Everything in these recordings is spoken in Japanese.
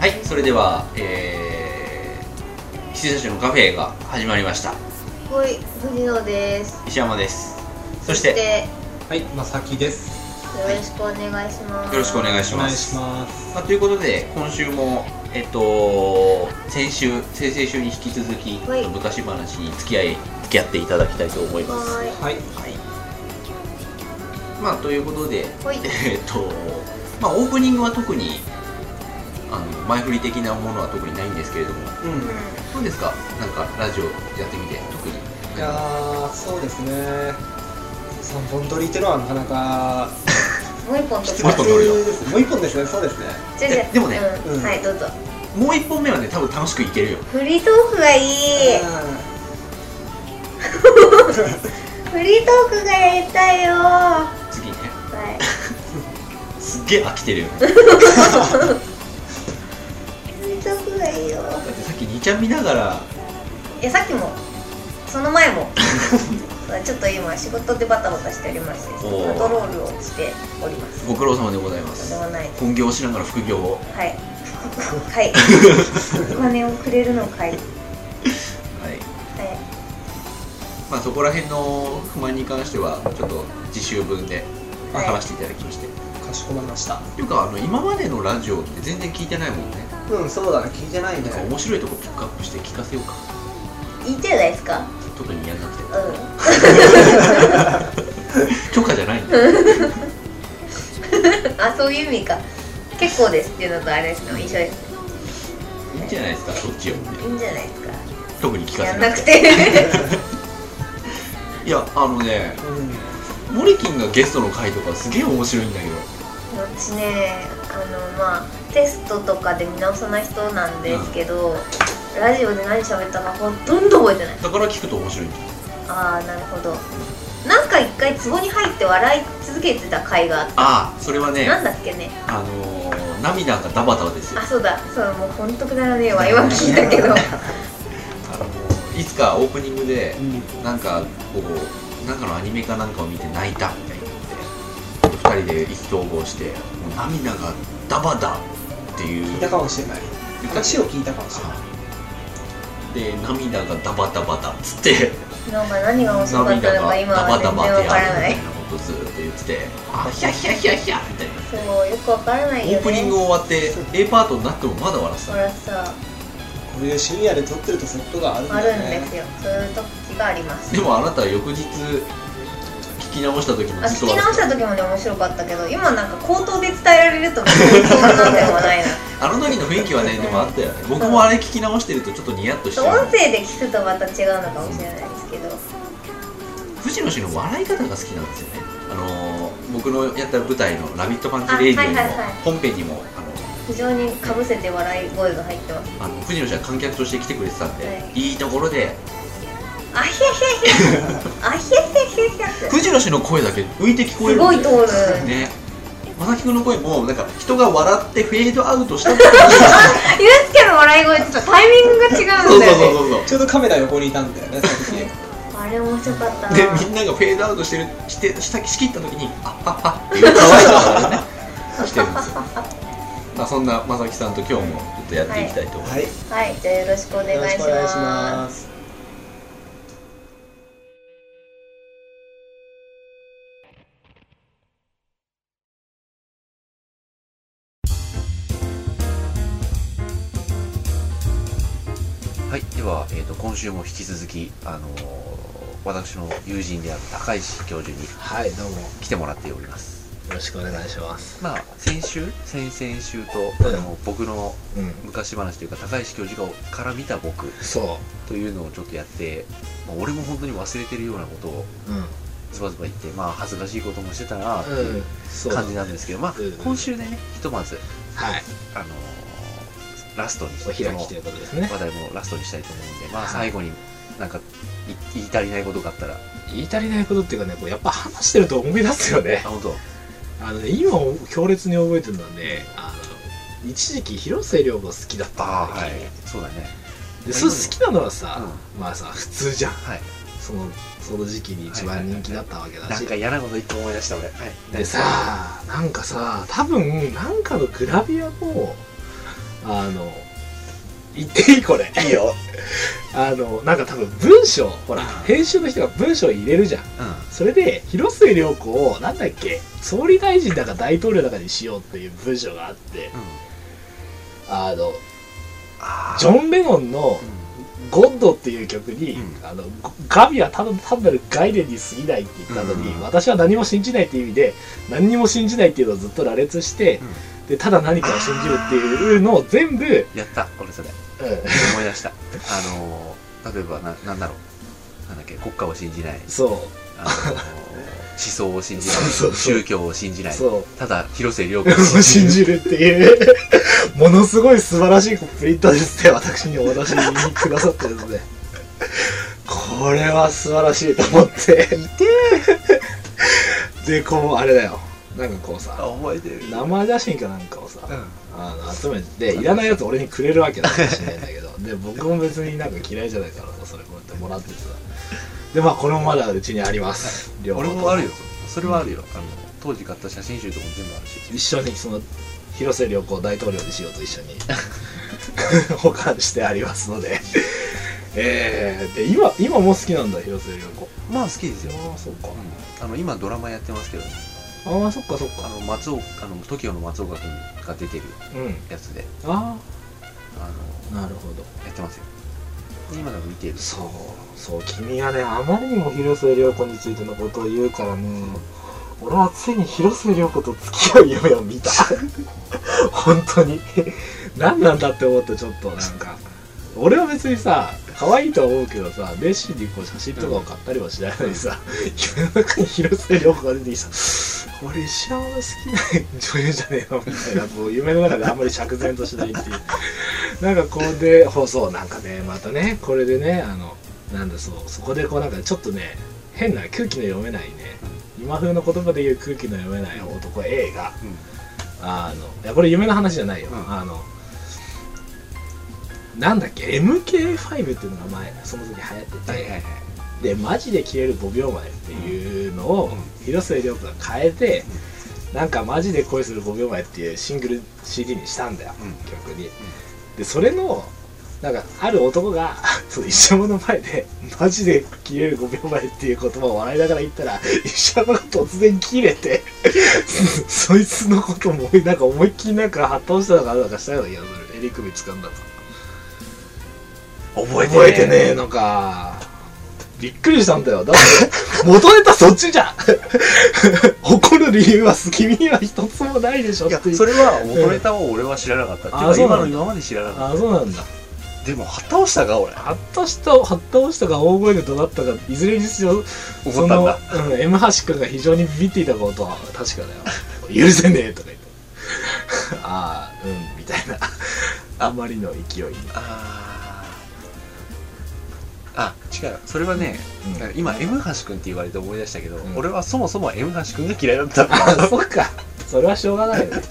はいそれではえー、喫茶所のカフェが始まりましたはい、藤野です。石山ですそしてはい、まさきです。よろしくお願いします。よろしくお願いししお願まいすします。まあ、ということで今週もえっと先週先々週に引き続き、はい昔話に付き合い付き合っていただきたいと思いますははい、はいまあということでーい。はい。えっとまあオープニングは特にあの前振り的なものは特にないんですけれどもうん、いどうですかなんかラジオやってみて特にやー、そうですね。三本取りってのはなかなか。もう一本もとう一本撮るよですね。もう一本ですね。そうですね。じゃじゃ。でもねうんうんはい、どうぞ。もう一本目はね多分楽しくいけるよフリートークがいい。フリートークがやりたいよ。は次ねい。すっげえ飽きてるよねだフリートークがいいよ。ってさっき2ちゃん見ながらいや、さっきも。その前も。 ちょっと今仕事でバタバタしておりまして、パおートロールをしております。ご苦労様でございまとんすでもない。本業をしながら副業をはい。 はい。お金をくれるのかい。はい。はいまあそこら辺の不満に関してはちょっと自習分でまあはい話していただきまして、うん、かしこまりました。というかあの今までのラジオって全然聞いてないもんねうん、そうだね。聞いてないねなん。か面白いとこピックアップして聞かせようかいいじゃないですか。特にやんなくてうん。 許可じゃないんだあそういう意味か結構ですっていうのとあれですね一緒ですいいんじゃないですかそっちをねいいんじゃないですか特に聞かやせんななくくてて いやあのねうん、モリキンがゲストの回とかすげえ面白いんだけど私ねあのまあテストとかで見直さない人なんですけど、ラジオで何喋ったかほとんど覚えてないだから聞くと面白いんだああなるほどなんか一回壺に入って笑い続けてた回があっああそれはてねなんだっけねあのー、涙がダバダバですよあそうだそうもうほんとくだらねえわ今聞いたけどあのーいつかオープニングでうん、なんかこうなんかのアニメかなんかを見て泣いたみたいになって二人で意気投合してもう涙がダバダっていう聞いたかもしれない。話を聞いたかもしれない。で涙がダバダバだっつってなんか何が面白かっ涙たのがか今ダはバダ全然バわでからあなるみいたいなことずっと言っててあヒャヒャヒャヒャみたいなそうよくわからないよねオープニング終わって A パートになってもまだ笑ってほらさこういう深夜で撮ってるとそういうことがあるんあだるんね。ですよ。そういう時があります。たでもあなたは翌日聞き直した時もあずっと聞き笑直っしてた時もね面白かったけど、今なんか口頭で伝えられると別にそんなんでもないな。あの時の雰囲気はねでもあったよね僕もあれ聞き直してるとちょっとニヤッとしち音ゃう声で聞くとまた違うのかもしれないですけど、藤野氏の笑い方が好きなんですよねあのー僕のやった舞台の「ラビットパンチあレイディオ」にもはいはいはい本編にもあの非常にかぶせて笑い声が入ってます。あの藤野氏は観客として来てくれてたんで、、はいいところであひゃひゃひゃ。あひゃひゃひゃひゃって。藤野氏の声だけ浮いて聞こえするんごだいよ通る。ねまさきくんの声もなんか人が笑ってフェードアウトした時 にゆうすけの笑い声とタイミングが違うそんうだそうそよね。うそうそうちょうどカメラ横にいたんだよね、さっあれ面白かったな。でみんながフェードアウトしてるしてした仕切った時に「あっはっは」 っていう可愛い顔がね してるんですよまあそんなまさきさんと今日もちょっとやっていきたいと思います、 き。はい、はい、じゃあよろしくお願よろいししくお願いします。ます。はい、では、えー、と今週も引き続き、あのー私の友人である高石教授にはい、どうも。よ来てもらっておりますろしくお願いします。まあ先週先々週と、あの僕のうん、昔話というか高石教授がから見た僕そというのをちょっとやって、まあ、俺も本当に忘れてるようなことをう。うん。ズバズバ言ってまあ恥ずかしいこともしてたなっていうそ感じなんですけど、まあうん今週でねひとまず、はい、あのーラストにお開きということですね話題もラストにしたいと思うんで、まはあ、い最後になんかい言い足りないことがあったら、言い足りないことっていうかねこうやっぱ話してると思い出すよねあ本当あのね今を強烈に覚えてるのはねあの一時期広末涼子好きだったんだよねそうだね、でそれ好きなのはうさ、んまあさ普通じゃんはい、そのその時期に一番人気だったわけだなんしか嫌なこと一個思い出した俺、はい、でさなんかさ多分なんかのグラビアのあの言っていいこれいいよ あのなんか多分文章ほら編集の人が文章入れるじゃんうんそれで広末涼子をなんだっけ総理大臣だか大統領だかにしようっていう文章があってあのあージョン・レノンの「ゴッド」っていう曲にう「あの神はただ単なる概念に過ぎない」って言ったのに、うん私は何も信じないっていう意味で何にも信じないっていうのをずっと羅列して、でただ何かを信じるっていうのを全部、やった俺それうん思い出 したあのー例えばななんだろうなんだっけ国家を信じないそあの ー思想を信じないそうそうそう宗教を信じうないそうただ広瀬涼子を 信信じるじるっていうものすごい素晴らしいプリントですね私にお渡しにくださってですねこれは素晴らしいと思ってでこうあれだよなんかこうあさ覚えてる生写真かなんかをさうんあの集めていらないやつ俺にくれるわけだかもしれないんだ けどで僕も別になんか嫌いじゃないからさそれこうやってもらっててさでまあこれもまだうちにあります両方俺ともあるよそれはあるよ、あの当時買った写真集とかも全部あるし一緒にその広瀬良子を大統領にしようと一緒に 保管してありますので えー、で今今も好きなんだ広瀬良子まあ好きですよ、あそっかうんあの今ドラマやってますけどねああそっかそっあかの松岡あの TOKIO の松岡君が出てるうんやつであああなるほのどやってますよで今でも見てるそうそう君がねあまりにも広末涼子についてのことを言うからね俺はついに広末涼子と付き合う夢を見た 本当に何なんだって思ってちょっとなんか俺は別にさ可愛いとは思うけどさ熱心にこう写真とかを買ったりはしないのにさ、夢の中に広末涼子が出てきた俺石山の好きな女優じゃねえのみたいなこう夢の中であんまり釈然としないっていう なんかこうで放送なんかねまたねこれでねあのなんだそうそこでこうなんかちょっとね変な空気の読めないね今風の言葉で言う空気の読めない男 A がうんあのいやこれ夢の話じゃないよ、うんあのなんだっけ MK5 っていうのが前その時流行ってて、はいはいはいでマジで切れる5秒前っていうのをう広末涼子が変えて、なんかマジで恋する5秒前っていうシングル CD にしたんだよ、うん曲に、でそれのなんかある男が その石山の前でマジで切れる5秒前っていう言葉を笑いながら言ったら石山が突然切 れてそいつのこともなんか思いっきりなんか発動したのかなんかしたような気がする襟首掴んだと覚覚えてねえのかびっくりしたんだよだっ て元ネタそっちじゃん 怒る理由は君には一つもないでしょっいやていうそれは元ネタを俺は知らなかった、あっていそううか今なんのだ今まで知らなかっあそうなんだたでも旗をしたか俺はったしたはった押したか大声で怒鳴ったかいずれにせよ怒ったんだその、うん、M 橋君が非常にビビっていたことは確かだ よ許せねえとか言って ああうんみたいなあまりの勢いに、あーあ違うそれはね、うんなんか今 M 橋君って言われて思い出したけど、うん俺はそもそも M 橋君が嫌いだったんだあそっかそれはしょうがない よね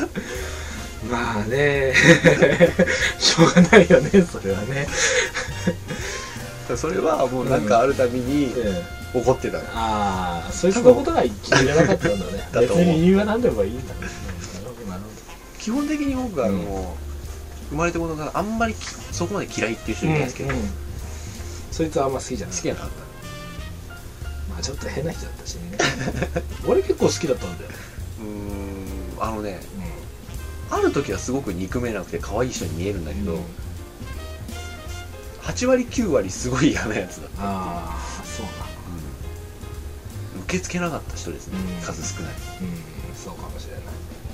まあね しょうがないよねそれはね、 それはもうなんかあるたびにうん、怒ってたの、ああそいつのことが気に入らなかったんだねだと別思うに理由は何でもいいんだねうんなるほどなる基本的に僕はあの、うん生まれてものからあんまりきそこまで嫌いっていう人いないですけほど、ど、うんうんそいつはあんま好きじゃない好きじゃなかったまあちょっと変な人だったしね 俺結構好きだったんだよ、うーんあのねある時はすごく憎めなくて可愛い人に見えるんだけど、うん8割9割すごい嫌なやつだったああそうな受け付けなかった人ですね、うん数少ないうんそうかもしれない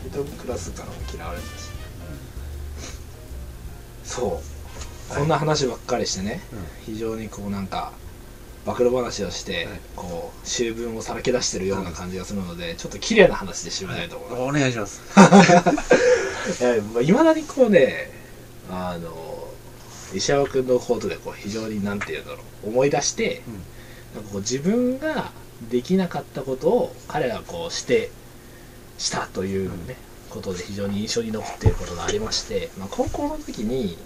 人クラスからも嫌われてたしそう、はいこんな話ばっかりしてね、うん非常にこうなんか暴露話をして、はいこう修文をさらけ出してるような感じがするので、ちょっと綺麗な話で締めたいと思います、お願いしますえーまあ、未だにこうねあの石山君のことでこう非常になんて言うんだろう思い出して、なんかこう自分ができなかったことを彼らがこうしてしたというね、ことで非常に印象に残っていることがありまして、まあ、高校の時に、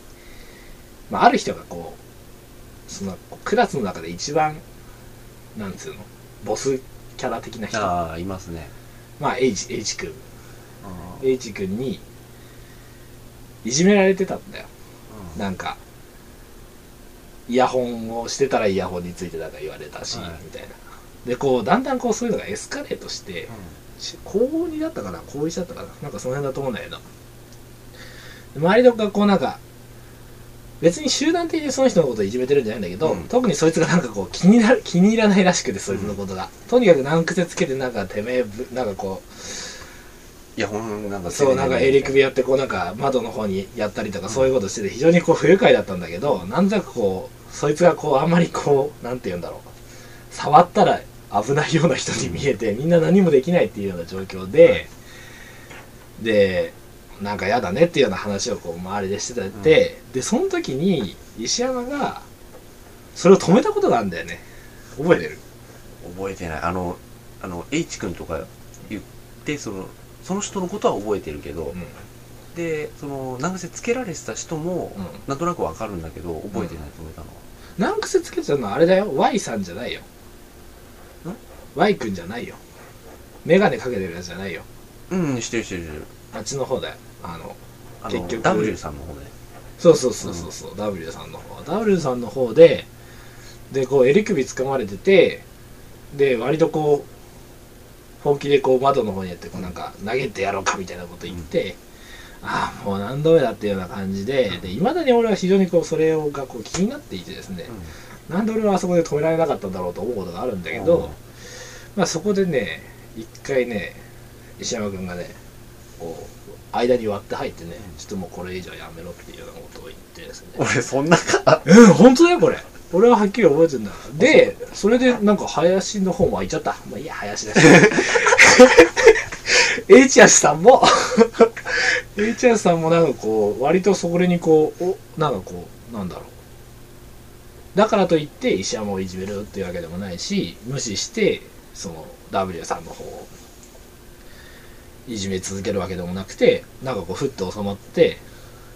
まあ、ある人がこうそのこうクラスの中で一番なんつうのボスキャラ的な人ああいますねまあ H, H 君 H 君にいじめられてたんだよなんかイヤホンをしてたらイヤホンについてなんか言われたし、はいみたいなでこうだんだんこうそういうのがエスカレートして、し高2だったかな高1だったかななんかその辺だと思うんだけど周りの学校なんか別に集団的にその人のことをいじめてるんじゃないんだけど、うん特にそいつがなんかこう気になる気に入らないらしくてそいつのことが、とにかく難癖つけてなんかてめえぶなんかこいやほんなんうかそうなんか襟い首やってこうなんか窓の方にやったりとかそういうことしてて非常にこう不愉快だったんだけど、なんとなくこうそいつがこうあんまりこうなんて言うんだろう触ったら危ないような人に見えてみんな何もできないっていうような状況で、でなんかやだねっていうような話をこう周りでしてて、でその時に石山がそれを止めたことがあるんだよね覚えてる覚えてないあのあの H 君とか言ってそのその人のことは覚えてるけど、うんでその難癖つけられてた人も、うんなんとなくわかるんだけど覚えてないと思ったのは、難癖つけてたのはあれだよ Y さんじゃないよん Y 君じゃないよ眼鏡かけてるやつじゃないようん、してるしてるしてるあっちの方だよあのあ結局の W さんの方ねそうそうそうそうそう、W さんの方 W さんの方ででこう襟首掴まれててで割とこう本気でこう窓の方にやってこうなんか投げてやろうかみたいなこと言って、ああもう何度目だっていうような感じでうんでいまだに俺は非常にこうそれをがこう気になっていてですね、なんで俺はあそこで止められなかったんだろうと思うことがあるんだけど、うんまあ、そこでね一回ね石山君がねこう間に割って入ってねちょっともうこれ以上やめろっていうようなことを言ってですね俺そんなかうん本当だよこれ俺ははっきり覚えてるんだでそれでなんか林の方も開いちゃったまあいいや林だ し HS さんも HS さんもなんかこう割とそれにこうおなんかこうなんだろうだからといって石山をいじめるっていうわけでもないし無視してその W さんの方をいじめ続けるわけでもなくてなんかこうふっと収まって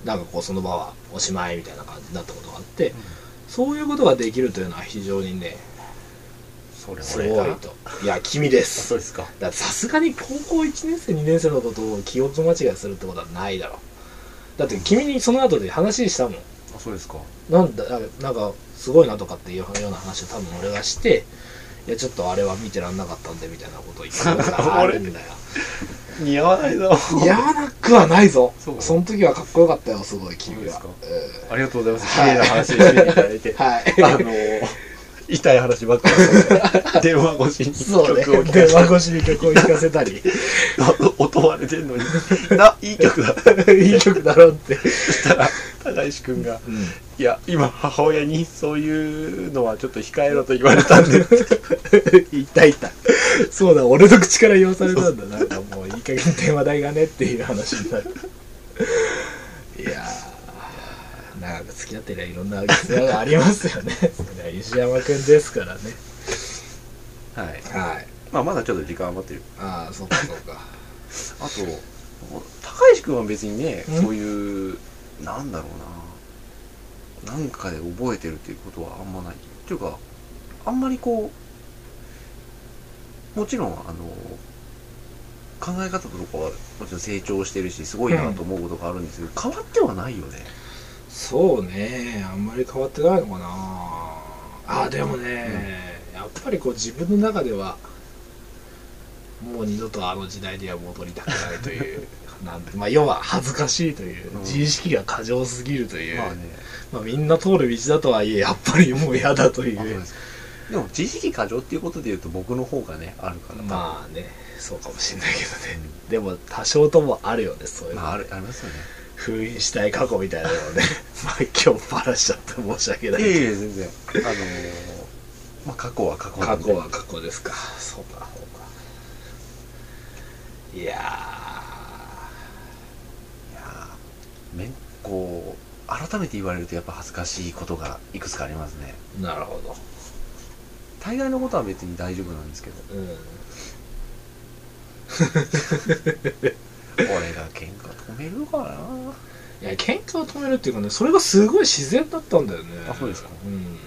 なんかこうその場はおしまいみたいな感じになったことがあって、そういうことができるというのは非常にねそれす俺ごかいなといや君であすそうですかだってさすがに高校1年生2年生のことを記憶間違いするってことはないだろだって君にその後で話したもんあそうですかなんだなんかすごいなとかっていうような話を多分俺がしていやちょっとあれは見てらんなかったんでみたいなことを言ってたことがあるんだよ似合わないぞいやなくはないぞそそうの時はかっこよかったよすごいそう君ですはかえありがとうございます綺麗な話をしていただいてーはい あの痛い話ばっかりだ った電話越しにそうね曲を聴電話か越しに曲を聴かせ たりせて 音割れてんのにないい曲だいい曲だろって、そしたら高石君がうん「いや今母親にそういうのはちょっと控えろと言われたんで」いたいたそうだ俺の口から言わされたんだなんかもういい加減電話代がねっていう話になるいやー長く付き合ってりゃいろんな必要がありますよ ねそれは石山君ですからね はいはいまあまだちょっと時間余ってるああそっかそっかあと高石君は別にねうんそういうなんだろうななんかで覚えてるっていうことはあんまないっていうかあんまりこうもちろんあの考え方とかはもちろん成長してるしすごいなと思うことがあるんですけど、変わってはないよねそうねあんまり変わってないのかなあーでもね、やっぱりこう自分の中ではもう二度とあの時代には戻りたくないという なんてまあ要は恥ずかしいといううん自意識が過剰すぎるという、ままああねみんな通る道だとはいえやっぱりもう嫌だといあそううですでも自意識過剰っていうことでいうと僕の方がねあるからあ、まあねそうかもしれないけどねでも多少ともあるよねそういううんの、まあ、あるありますよね封印したい過去みたいなのをね まあ今日バラしちゃって申し訳ないいえいえ全然あのーまあ過去は過去な過んで去は過去ですかそうかそうかいやいやーめんこう改めて言われるとやっぱ恥ずかしいことがいくつかありますねーなるほど大概のことは別に大丈夫なんですけどうん俺が喧嘩止めるかないや喧嘩を止めるっていうかねそれがすごい自然だったんだよねあそうですかうん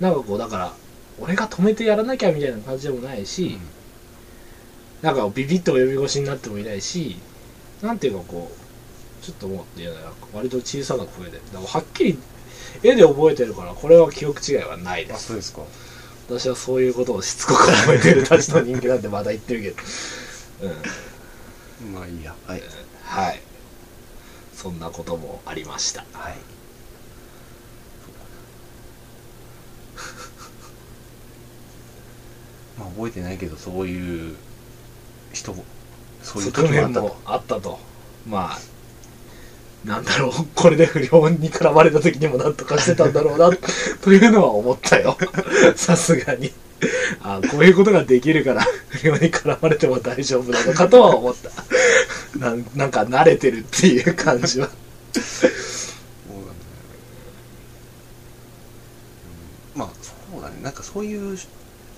なんかこうだから俺が止めてやらなきゃみたいな感じでもないし、うんなんかビビッと及び腰になってもいないしなんていうかこうちょっともういや割と小さな声ででもはっきり絵で覚えてるからこれは記憶違いはないであすそうですか私はそういうことをしつこく覚えてるたちの人間なんてまだ言ってるけど、うん、まあいいやはいはいそんなこともありましたはいまあ覚えてないけどそういう人もそういう側時もあ面ったともあったとまあなんだろうこれで不良に絡まれた時にもなんとかしてたんだろ うなというのは思ったよさすがにあこういうことができるから不良に絡まれても大丈夫なのかとは思ったなんなんか慣れてるっていう感じはそうだね、うん、まあそうだねなんかそういう、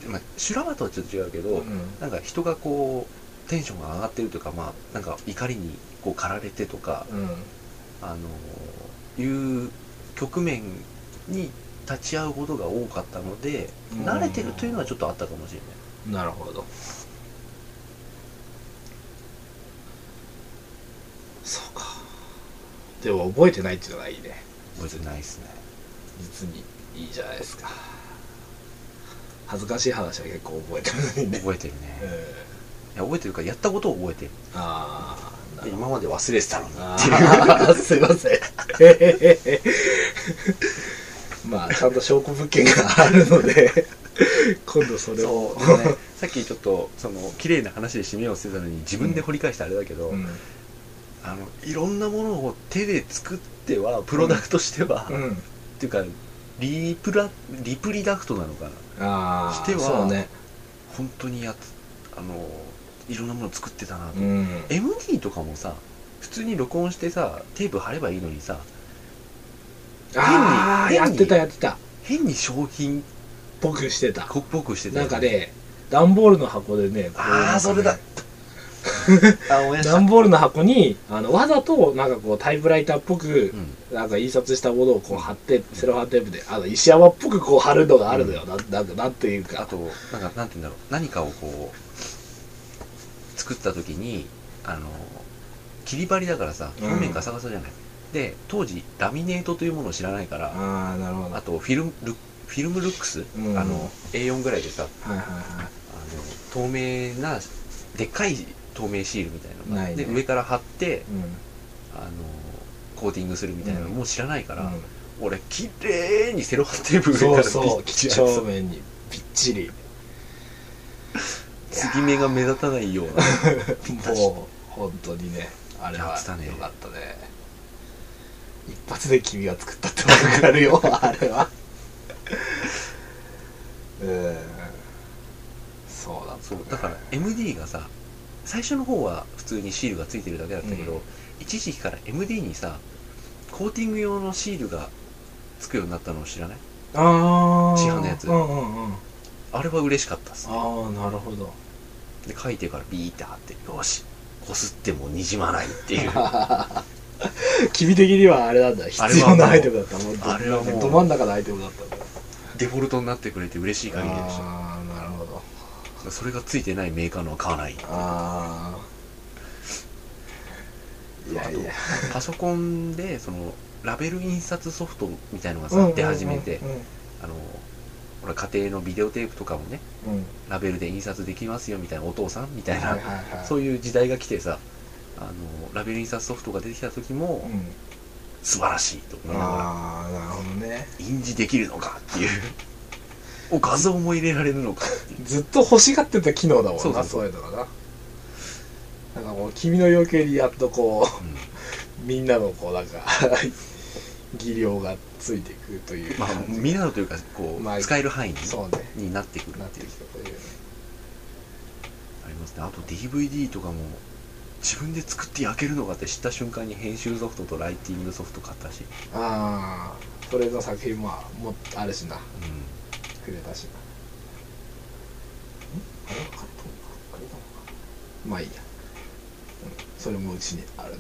まあ、修羅場とはちょっと違うけど、なんか人がこうテンションが上がってるというかまあなんか怒りにこう駆られてとかうんあのいう局面に立ち会うことが多かったので、うん慣れてるというのはちょっとあったかもしれないなるほどそうかでも覚えてないっていうのがいいね覚えてないですね実にいいじゃないですか恥ずかしい話は結構覚えてるのにね、覚えてるうんね、いや覚えてるからやったことを覚えてるあーなでるほど今まで忘れてたのにあ ーすいません まあちゃんと証拠物件があるの で今度それをそう でもねさっきちょっとその綺麗な話で締めをしてたのに自分で掘り返してあれだけど、うんあのいろんなものを手で作ってはプロダクトしては、うんっていうかリプラリプリダクトなのかなああしてはそうね本当にやつあのいろんなもの作ってたなと、うん MD とかもさ普通に録音してさテープ貼ればいいのにさああ変にやってたやってた変に商品っ僕してたぽくしてたなよんかね段ボールの箱でねこうああそ れだあ思い出した段ボールの箱にあのわざとなんかこうタイプライターっぽくうんなんか印刷したものをこう貼ってセロハンテープであの石山っぽくこう貼るのがあるのよ、なん、なんかなんていうかあとなんかなんて言うんだろう何かをこう作った時にあの切り張りだからさうん表面ガサガサじゃない、で当時ラミネートというものを知らないから、ああなるほどあとフィルムルフィルムルックス、うんあの A4 ぐらいでさはいはいあの透明なでっかい透明シールみたいなのがないねで上から貼ってはいあのコーティングするみたいなのうんもう知らないから、うん、俺綺麗にセロハンテープうん、そ上うからそうピッチ几リ貼って帳面にぴっちり継ぎ目が目立たないようなタしもう本当にねあれはやよってたねかったね一発で君が作ったって分かる よあれはうんそうだそうだから MD がさ最初の方は普通にシールがついてるだけだったけど、うん一時期から MD にさコーティング用のシールがつくようになったのを知らないああ市販のやつうんうんうんああれは嬉しかったっすねあなるほどで書いてからビーって貼ってよしこすってもにじまないっていう君的にはあれなんだ必要なアイテムだったもんあれはもうど真ん中のアイテムだったんだデフォルトになってくれて嬉しい限りでしああなるほどたそれがついてないメーカーのは買 わないああいやいやパソコンでそのラベル印刷ソフトみたいのがさ出始めて、あのほら家庭のビデオテープとかもねうんうんラベルで印刷できますよみたいなお父さんみたいな、はいはいはいそういう時代が来てさあのラベル印刷ソフトが出てきた時も、うん素晴らしいと思いながらああなるほどね印字できるのかっていう お画像も入れられるのかっていうずっと欲しがってた機能だもんなそそううそうそういうのがななんかもう君の要求にやっとこうみんなのこうなんか 技量がついていくというまあ感じみんなのというかこう、まあ使える範囲にそうねになってくるなっってていうきたというねありますねあと DVD とかも自分で作って焼けるのかって知った瞬間に編集ソフトとライティングソフト買ったし、ああそれの作品ももあるしなうんくれたしなあれは買ったのかくれたのかまあいいや、うんそれもうちにあるね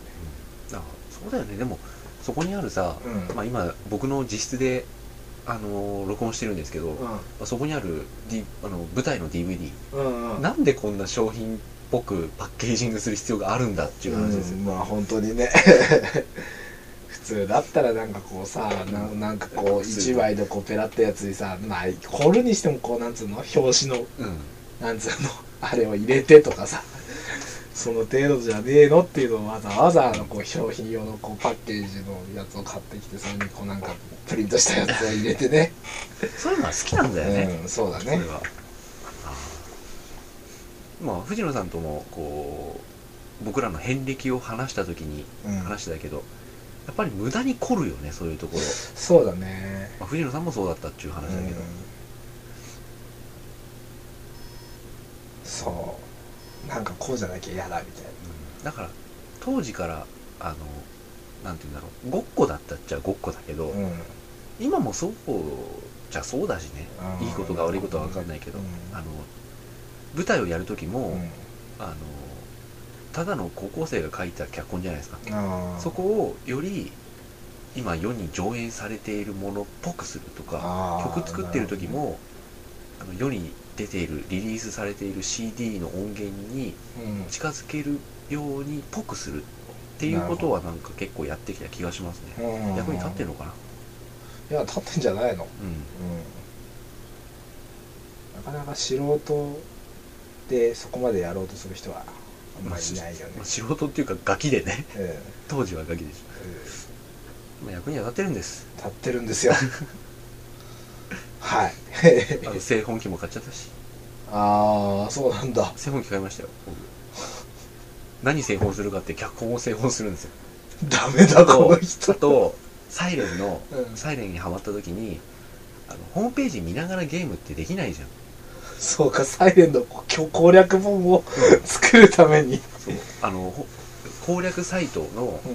あそうだよねでもそこにあるさ、うんまあ、今僕の自室で、あのー録音してるんですけど、うんそこにある、D、あの舞台の DVD うんうんなんでこんな商品ぽくパッケージングする必要があるんだっていう話ですよ、うんまあ本当にね 普通だったらなんかこうさななんかこう一枚でこうペラったやつにさまあこれにしてもこうなんつうの表紙のうんなんつうのあれを入れてとかさその程度じゃねえのっていうのをわざわざあのこう商品用のこうパッケージのやつを買ってきてそれにこうなんかプリントしたやつを入れてねそういうのは好きなんだよね、うんそうだそれねはあーまあ藤野さんともこう僕らの遍歴を話した時にうん話してたけど、やっぱり無駄に凝るよねそういうとこ ろ、そうだねまあ、藤野さんもそうだったっていう話だけど、そうなんかこうじゃなきゃ嫌だみたいなだから当時からあのなんて言うんだろうごっこだったっちゃごっこだけど、うん今もそうじゃそうだしねうんいいことが悪いことは分かんないけど、うんあの舞台をやる時も、うんあのただの高校生が書いた脚本じゃないですか、あーそこをより今世に上演されているものっぽくするとかあー曲作ってる時もあの世に出ているリリースされている CD の音源にうん近づけるようにっぽくするっていうことはなんか結構やってきた気がしますねうん役に立ってるのかないや立ってんじゃないのうんなかなか素人でそこまでやろうとする人はあんまりいないよねまあ、素人っていうかガキでね うんうん当時はガキでしょ、まあ、役には立ってるんです立ってるん ですよはい あの製本機も買っちゃったしああそうなんだ製本機買いましたよ 僕何製本するかって脚本を製本するんですよダメだ この人あとサイレンの、うんサイレンにハマった時にあのホームページ見ながらゲームってできないじゃんそうかサイレンの攻略本を作るためにそうあのほ攻略サイトのうん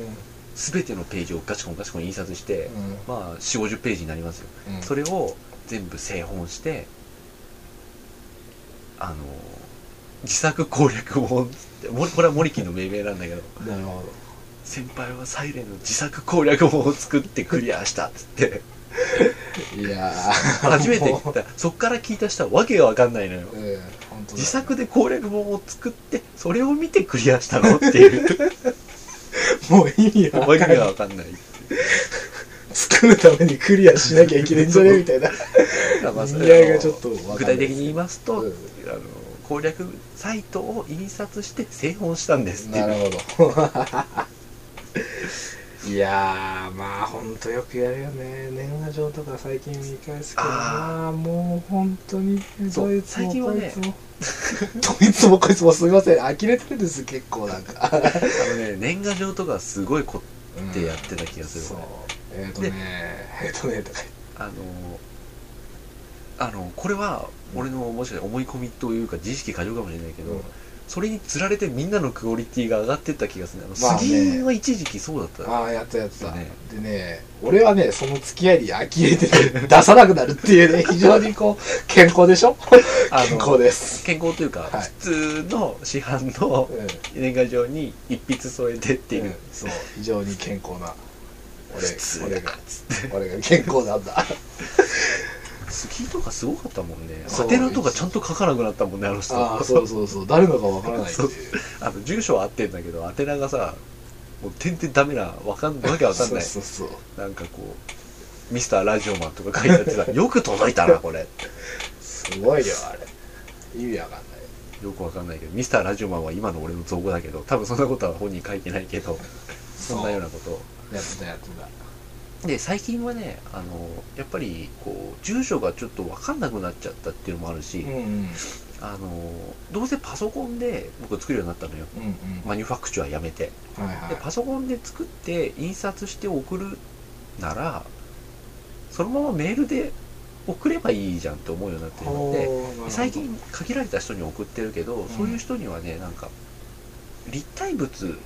全てのページをガチコンガチコン印刷して、まあ4 5 0ページになりますよ、うんそれを全部製本してあの自作攻略本つってもこれはモリキンの命名なんだけどなるほ先輩はサイレンの自作攻略本を作ってクリアしたっ つってどいやー初めても聞いたそっから聞いた人はわけがわかんないのよううん本当だ自作で攻略本を作ってそれを見てクリアしたのっていうもう意味わかわんなけいがわか んない作るためにクリアしなきゃいけないんじゃねみたいなまあそ意れは味合いがちょっとわかんない具体的に言いますと、うんあの攻略サイトを印刷して製本したんですっていなうるほど いやーまあほんとよくやるよね年賀状とか最近見返すけどあーまあもうほんとにそうどいつ最も近はこいねつも どいつもこいつもすいません呆れてるんです結構なんかあのね年賀状とかすごい凝ってやってた気がすそるうわね、えっ、とねえっ、とねとかあのあのこれは俺のもしかして思い込みというか自意識過剰かもしれないけど、言ってそれにつられてみんなのクオリティが上がってった気がするねあのまあね杉井は一時期そうだった、ああやったやった、ねでね俺はねその付き合いに呆れてて出さなくなるっていうね非常にこう健康でしょあの健康です、健康というか、はい普通の市販のうん、年賀状に一筆添えてっていう、んそう非常に健康な普通俺俺がだっつって俺が健康なんだ杉井とかすごかったもんねそう宛名とかちゃんと書かなくなったもんねあの人ああそうそうそう誰のかわからないっていう あの住所は合ってんだけど宛名がさもう点々ダメなわかんわけわかんないそうそうそうなんかこうミスターラジオマンとか書いてあって さよく届いたなこれすごいよあれ意味わかんないよくわかんないけどミスターラジオマンは今の俺の造語だけど多分そんなことは本人書いてないけどそんなようなことをやってたやってたで最近はねあのやっぱりこう住所がちょっとわかんなくなっちゃったっていうのもあるし、うんうんうんあのどうせパソコンで僕作るようになったのようんマニュファクチュアやめてはいではパソコンで作って印刷して送るならそのままメールで送ればいいじゃんって思うようになっているのでおーなるほど最近限られた人に送ってるけど、そういう人にはねなんか立体物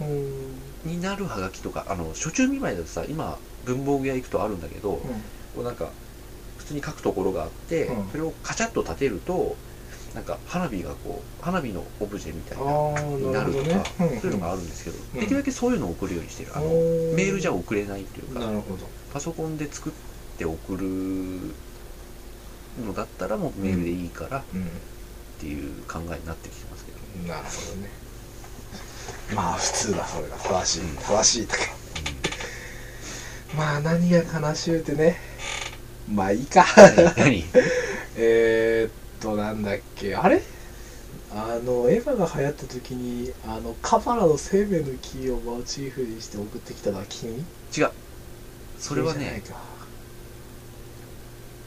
うんになるはがきとかあの初中見舞いだとさ今文房具屋行くとあるんだけど、こうなんか普通に書くところがあって、うんそれをカチャッと立てるとなんか花火がこう花火のオブジェみたいあなーにななるるほとどかねそういうのがあるるんですけど、うんできるだけそういうのを送るようにしてるあのメールじゃ送れないっていうかなるほどパソコンで作って送るのだったらもうメールでいいからっうんていう考えになってきてますけど、なるほどねまあ普通だそれが正しいうん正しいとかまあ何が悲しゅうてねまあいいか何 えーっとなんだっけあれあのエヴァが流行った時にあのカパラの生命の木をモチーフにして送ってきたのは君違うそれは君じゃないねか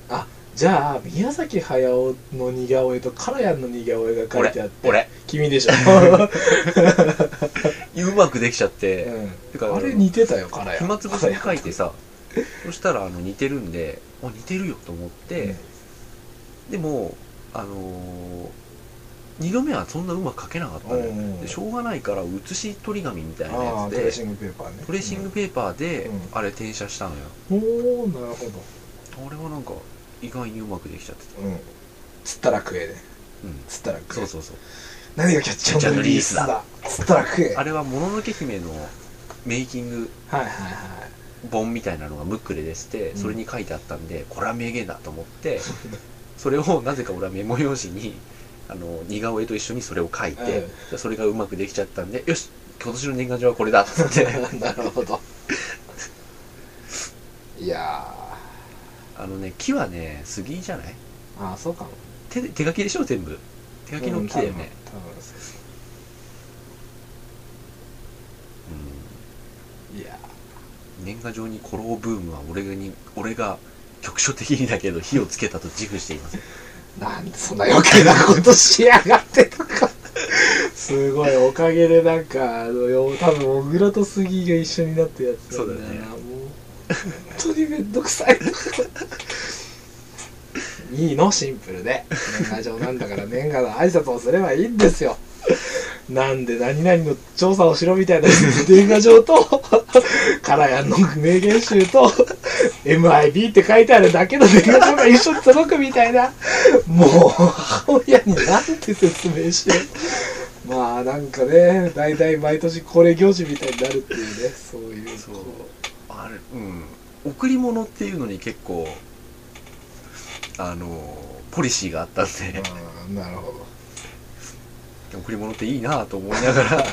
あじゃあ宮崎駿の似顔絵とカラヤンの似顔絵が書い俺てあって俺君 でしょ、ううまくできちゃって、んてかあれ似てたよ、からや。暇つぶしに書いてさそしたらあの似てるんであ似てるよと思って、でもあのー、2度目はそんなうまく書けなかったのよ、うんうんでしょうがないから写し取り紙みたいなあやあ、つトレーでシングペーパーね。トレーシングペーパーでうんあれ転写したのよ、うんおおなるほど。あれはなんか意外にうまくできちゃってたうん。つったら食えね。うんつったら食え。そうそうそう何がキャッチャーのリリースだ。つったら食え。あはいれはもののけ姫のメイキングはいは本みたいなのがムックで出してうんそれに書いてあったんで、これは名言だと思って それをなぜか俺はメモ用紙にあの似顔絵と一緒にそれを書いて、うんでそれがうまくできちゃったんでよし今年の年賀状はこれだっつってい。 なるほど。いやあのね木はね杉じゃないー、ああ、そうかも。手で手書きでしょ全部手書きの木だよね、うん。多分多分そうそうんういや年賀状にコローブームは俺がに俺が局所的にだけど火をつけたと自負していますー、なんでそんな余計なことしやがってと か。すごい、おかげでなんか、あの、よ多分、小倉と杉が一緒になったやつなんそうだよねな。もう、本当にめんどくさい。いいの、シンプルで。年賀状なんだから、年賀の挨拶をすればいいんですよ。なんで、何々の調査をしろみたいな年賀状と、カラヤンの名言集と、MIB って書いてあるだけの年賀状が一緒に届くみたいな。もう、母親になんて説明しよう。まあなんかね大体毎年恒例行事みたいになるっていうねそういうそうこあれうん贈り物っていうのに結構あのポリシーがあったんでああなるほど贈り物っていいなぁと思いなが らど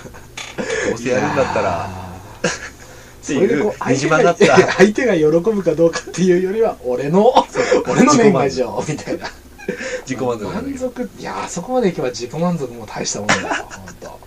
うせやるんだったらいやーってそれいでこううね相じ手曲ががった相手が喜ぶかどうかっていうよりは俺の俺の年賀状みたいな自己満足なんだ満けど足いやーあそこまでいけば自己満足も大したもんだ よ本当本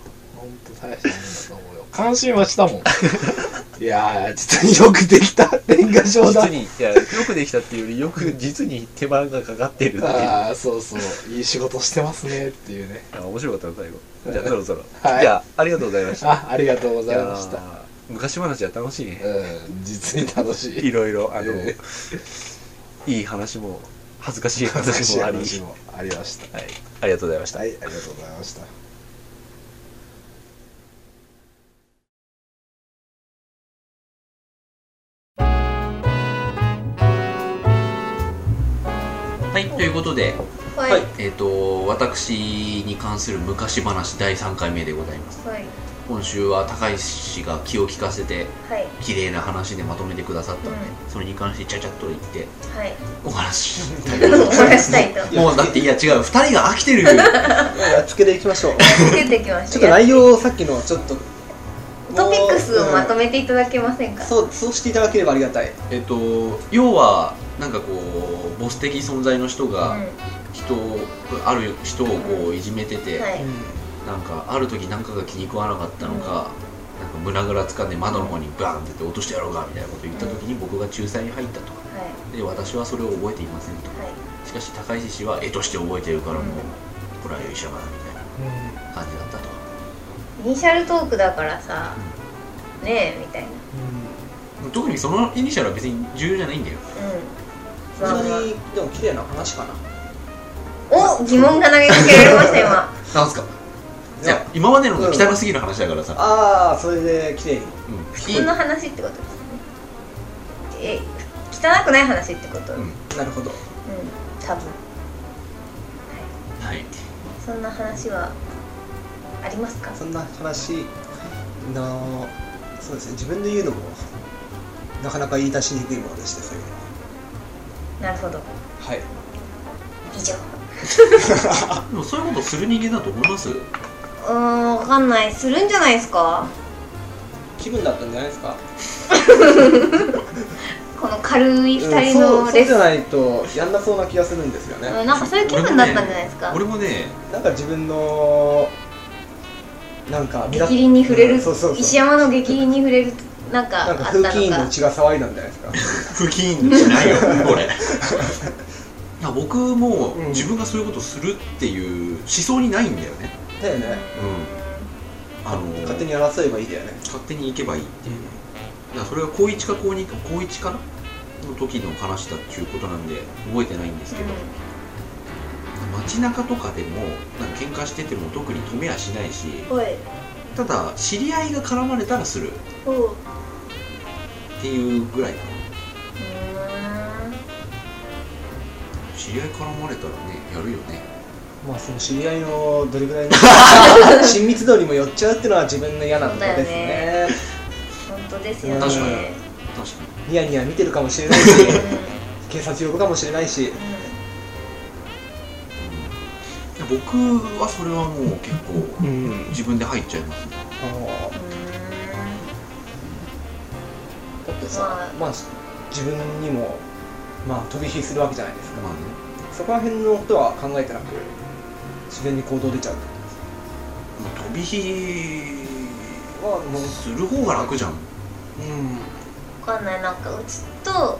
当大したもんだと思うよ感心はしたもん いやー実によくできた年賀状だ実にいやよくできたっていうよりよく実に手間がかかってるっていうああそうそういい仕事してますねっていうねあ面白かったな最後じゃあそろそろ、はいじゃあありがとうございましたあありがとうございましいたやー昔話は楽しいねうん実に楽しいいろいろあの、えいい話も恥ずかしい楽しい話もあり話もありましはい、ありがとうございましたたはいありがとうございましたはい、ということで、はいはい、えっ、と、私に関する昔話第3回目でございます。はい今週は高石氏が気を利かせて、はい綺麗な話でまとめてくださったので、うそれに関してちゃちゃっと言って、はい お話ししたいお話した いともうだって、いや違う、二人が飽きてるよ。やっつけていきましょう出てきましちたょっと内容をさっきのちょっとトピックスをまとめていただけませんか、そうそうしていただければありがたいえっと、要は、なんかこう、ボス的存在の人うんが、人を、ある人をこう、いじめてて、はいなんかある時なんかが気に食わなかったのか、なんか胸ぐらつかんで窓の方にバーンって落としてやろうかみたいなこと言った時に僕が仲裁に入ったとはいで私はそれを覚えていませんとはいしかし高石氏は絵として覚えてるからもう、うんこれは医者だみたいな感じだったとイニシャルトークだからさねえみたいな特にそのイニシャルは別に重要じゃないんだようん普まあ通にでも綺麗な話かなまあお疑問が投げかけられました今 なんすかじゃあ今までのが汚すぎる話だからさ、ああそれで綺麗にうん、普通の話ってことですねえ汚くない話ってことううんんなるほど多分はいそんな話はありますかそんな話のそうですね自分で言うのもなかなか言い出しにくいものでしてそういうのはなるほどはい以上でもそういうことする人間だと思いますうーんわかんないするんじゃないですか気分だったんじゃないですかこの軽いうん二人そうのそレッうじスゃン、ないとやんなそうな気がするんですよね、うんなんかそういう気分だったんじゃないですか俺もねなんか自分のなんか激鱗に触れる、うんそうそうそう石山の激鱗に触れるなんかあなんっかた風の紀委員のか血が騒いだんじゃないですか不起因しないよ 俺な僕もうん自分がそういうことするっていう思想にないんだよね、だよねうん、あの勝手に争えばいいだよね勝手に行けばいいっていうねだからそれが高1か高2か高1かなの時の話だっていうことなんで覚えてないんですけど、街中とかでもなんか喧嘩してても特に止めはしないしうんはいただ知り合いが絡まれたらするおううっていうぐらいかなーん知り合い絡まれたらねやるよねまあその知り合 いのどれぐらいの親密度にも寄っちゃうっていうのは自分の嫌なとこですね本当ですよね確かに確かニヤニヤ見てるかもしれないし 警察呼ぶかもしれないしにうん僕はそれはもう結構ん自分で入っちゃいますねあのうんうんだってさまあ自分にもまあ飛び火するわけじゃないですか、まあねそこら辺のことは考えてなく自然に行動出ちゃうってことですまあ飛び火はもうする方が楽じゃんうんわかんないなんかうちとあ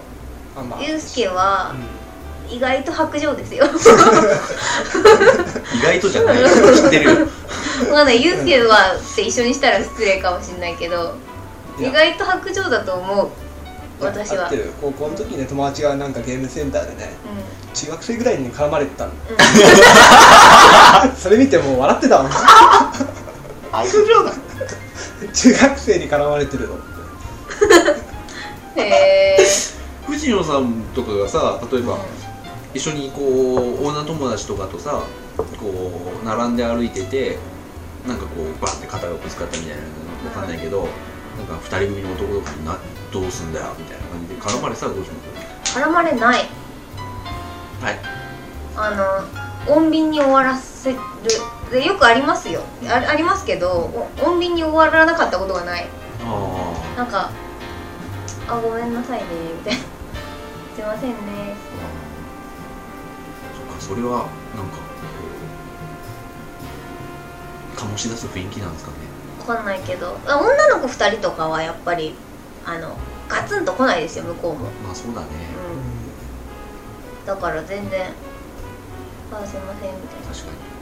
まあゆうすけはうん意外と白状ですよわ意外とじゃない知ってるよかんないゆうすけはって一緒にしたら失礼かもしれないけどい意や外と白状だと思う私合はってる高校の時にね友達がなんかゲームセンターでね中学生ぐらいに絡まれてたのうんそれ見てもう笑ってたもん白状だ 中学生に絡まれてるのうん へー藤野さんとかがさ例えば、一緒にこう女友達とかとさこう並んで歩いててなんかこうバンって肩がぶつかったみたいなのわかんないけど、なんか二人組の男とかになどうすんだよみたいな感じで絡まれてたらどうします絡まれないはいあの穏便に終わらせるでよくありますよあありますけどお穏便に終わらなかったことがないあなんか「あごめんなさいね」みたいな 「すいませんね」あそっかそれはなんかこう醸し出す雰囲気なんですかねわかんないけどあ女の子2人とかはやっぱりあのガツンと来ないですよ向こうも、まあそうだねうん、だから全然「あすいません」みたい確かに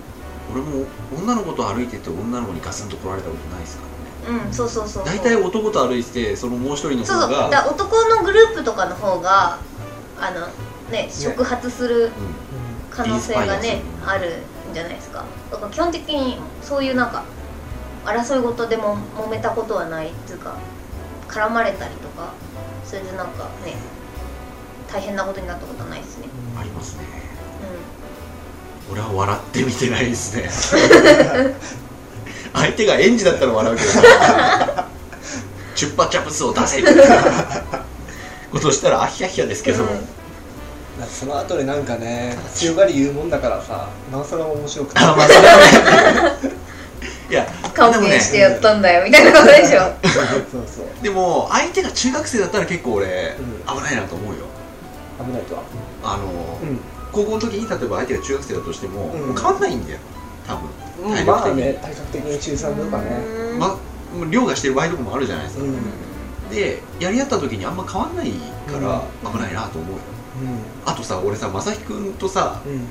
俺も女の子と歩いてて女の子にガスンと来られたことないですからねなうんそうそうそうそう大体男と歩いててそのもう一人のそ方うそうだかがら男のグループとかの方があのね触発するうん可能性がねインスパあイアするんじゃないですかだから基本的にそういうなんか争い事でも揉めたことはないっていうか絡まれたりとかそれでなんかね大変なことになったことはないですねありますね俺は笑って見てないです ね相手が園児だったら笑う けどなチュッパチャプスを出せみたいなことしたらアヒヤヒヤですけど、うんだってその後でなんかね強がり言うもんだからさなおさら面 白くて あまあそれはね いやうん勘弁してやったんだよみたいなことでしょそうそうでも相手が中学生だったら結構俺うん危ないなと思うよ危ないとはあの、高校の時に例えば相手が中学生だとしても,、うん変わんないんだよ多分う体力んま的あにね体格的に中3とかねうんま、もう凌駕してる場合とかもあるじゃないですか、うんでやり合った時にあんま変わんないから危ないなと思うよ、あとさ俺さ正輝君とさうん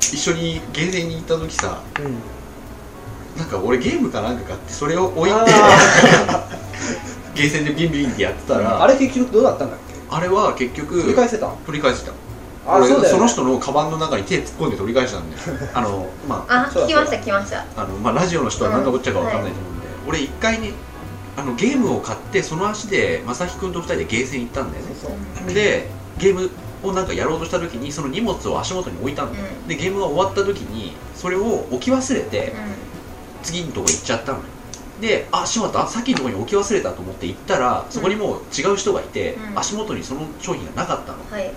一緒にゲーセンに行った時さうんうんなんか俺ゲームかなんか買ってそれを置いてあ ゲーセンでビンビンってやってたーらあれ結局どうだったんだっけあれは結局繰り返せた取り返してたあ俺そうだよねの人のカバンの中に手突っ込んで取り返したんで あのまあそう聞きだました聞きましたああの、まあ、ラジオの人は何のこっちゃか分かんないと思うんで、俺一回にあのゲームを買ってその足で正輝君と二人でゲーセン行ったんだよねそうでゲームをなんかやろうとした時にその荷物を足元に置いたんだよ、うでゲームが終わった時にそれを置き忘れてう次のとこ行っちゃったのよであしまったさっきのとこに置き忘れたと思って行ったらそこにもう違う人がいて、うん足元にその商品がなかったのんはい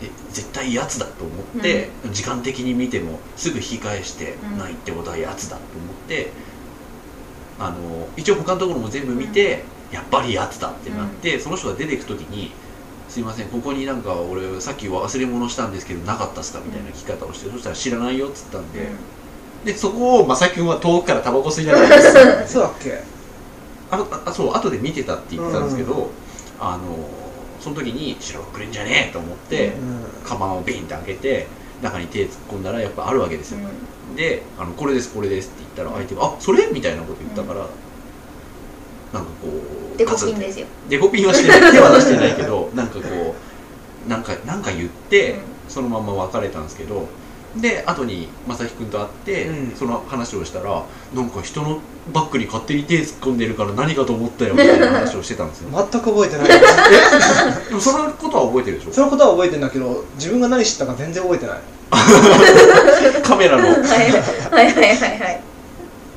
え絶対やつだと思って、時間的に見てもすぐ引き返してうんないってことはやつだと思って、あの一応他のところも全部見て、やっぱりやつだってなって、その人が出ていく時に「すいませんここになんか俺さっき忘れ物したんですけどなかったっすか?」みたいな聞き方をしてそしたら「知らないよ」っつったんで、でそこを正木君は遠くからタバコ吸いながらですそうだっけ あのあそう後で見てたって言ってたんですけど、あのその時に「白くれんじゃねえ!」と思って、うんカバンをビンって開けて中に手突っ込んだらやっぱあるわけですよ、であの「これですこれです」って言ったら相手が「あそれ?」みたいなこと言ったから、なんかこうデコピンでですよ。デコピンはしてない手は出してないけどなんかこうなんかなんか言って、そのまま別れたんですけどで後に正輝君と会って、うんその話をしたらなんか人のバッグに勝手に手突っ込んでるから何かと思ったよみたいな話をしてたんです よ全く覚えてないでもそのことは覚えてるでしそょのことは覚えてんだけど自分が何してたか全然覚えてないカメラの うんはいはいはいはいはい。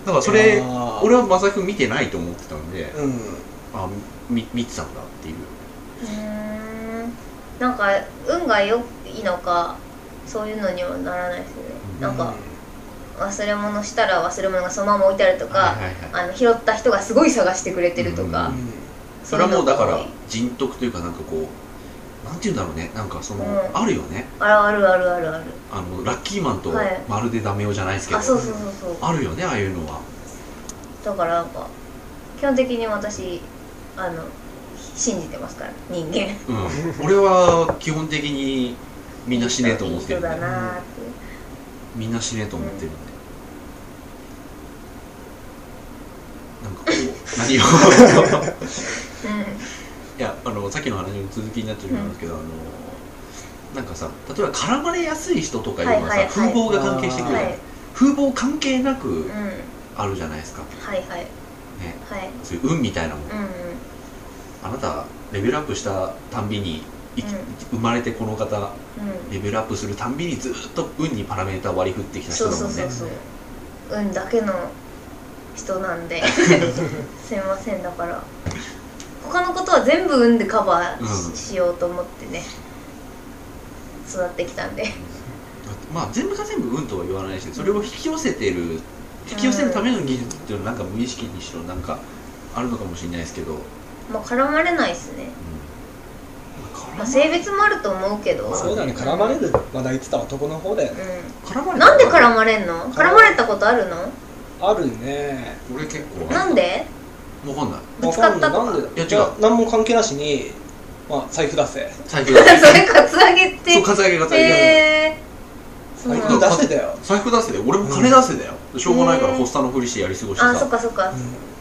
だからそれあー俺は正輝君見てないと思ってたんで、うんあみ見てたんだっていううーんなんか運が良いのかそういうのにはならないですねなんか忘れ物したら忘れ物がそのまま置いてあるとか、はいはいはいあの拾った人がすごい探してくれてるとか、ううそれはもうだかそうらいうのが人徳というかなんかこうなんて言うんだろうねなんかその、うんあるよね多いあらあるあるあるあるあのラッキーマンとはいまるでダメ男じゃないですけど、あそうそうそうそうあるよねああいうのはだからなんか基本的に私あの信じてますから人間うん、俺は基本的にみんな死ねえと思ってるんいい人だでなーってみんな死ねえと思ってるんで、なんかこう何をいやあのさっきの話の続きになってるんですけど、あのなんかさ例えば絡まれやすい人とかいうのはさ、はいはいはい風貌が関係してうくんるじゃはいん、風貌関係なくうんあるじゃないですか、はいはいね、はいそういう運みたいなもん、うんうんあなたレベルアップしたたんびに生きうん生まれてこの方うんレベルアップするたんびにずーっと運にパラメータ割り振ってきたそ人うだそもうんそねうそう運だけの人なんですいませんだから他のことは全部運でカバーうし,、んようと思ってね育ってきたんでまあ全部が全部運とは言わないしそれを引き寄せてる引き寄せるための技術っていうのはなんか無意識にしろなんかあるのかもしれないですけど、うんまあ絡まれないですね、ま絡あ、性別もあると思うけどんそうだね絡まれる話題言ってた男の方だよねうまんれなんで絡まれんの絡まれたことあるのあるね俺結構わなんでかんないぶつかったとかわんないなんでいや違ういや何も関係なしにまあ財布出せ財 布出せそれカツアゲっそうてカツアゲが財布出せへえそう財な布ん出だせだよ財布出せで俺も金出せだよ、しょうがないからへー発作のふりしてやり過ごしてあそっさかそっか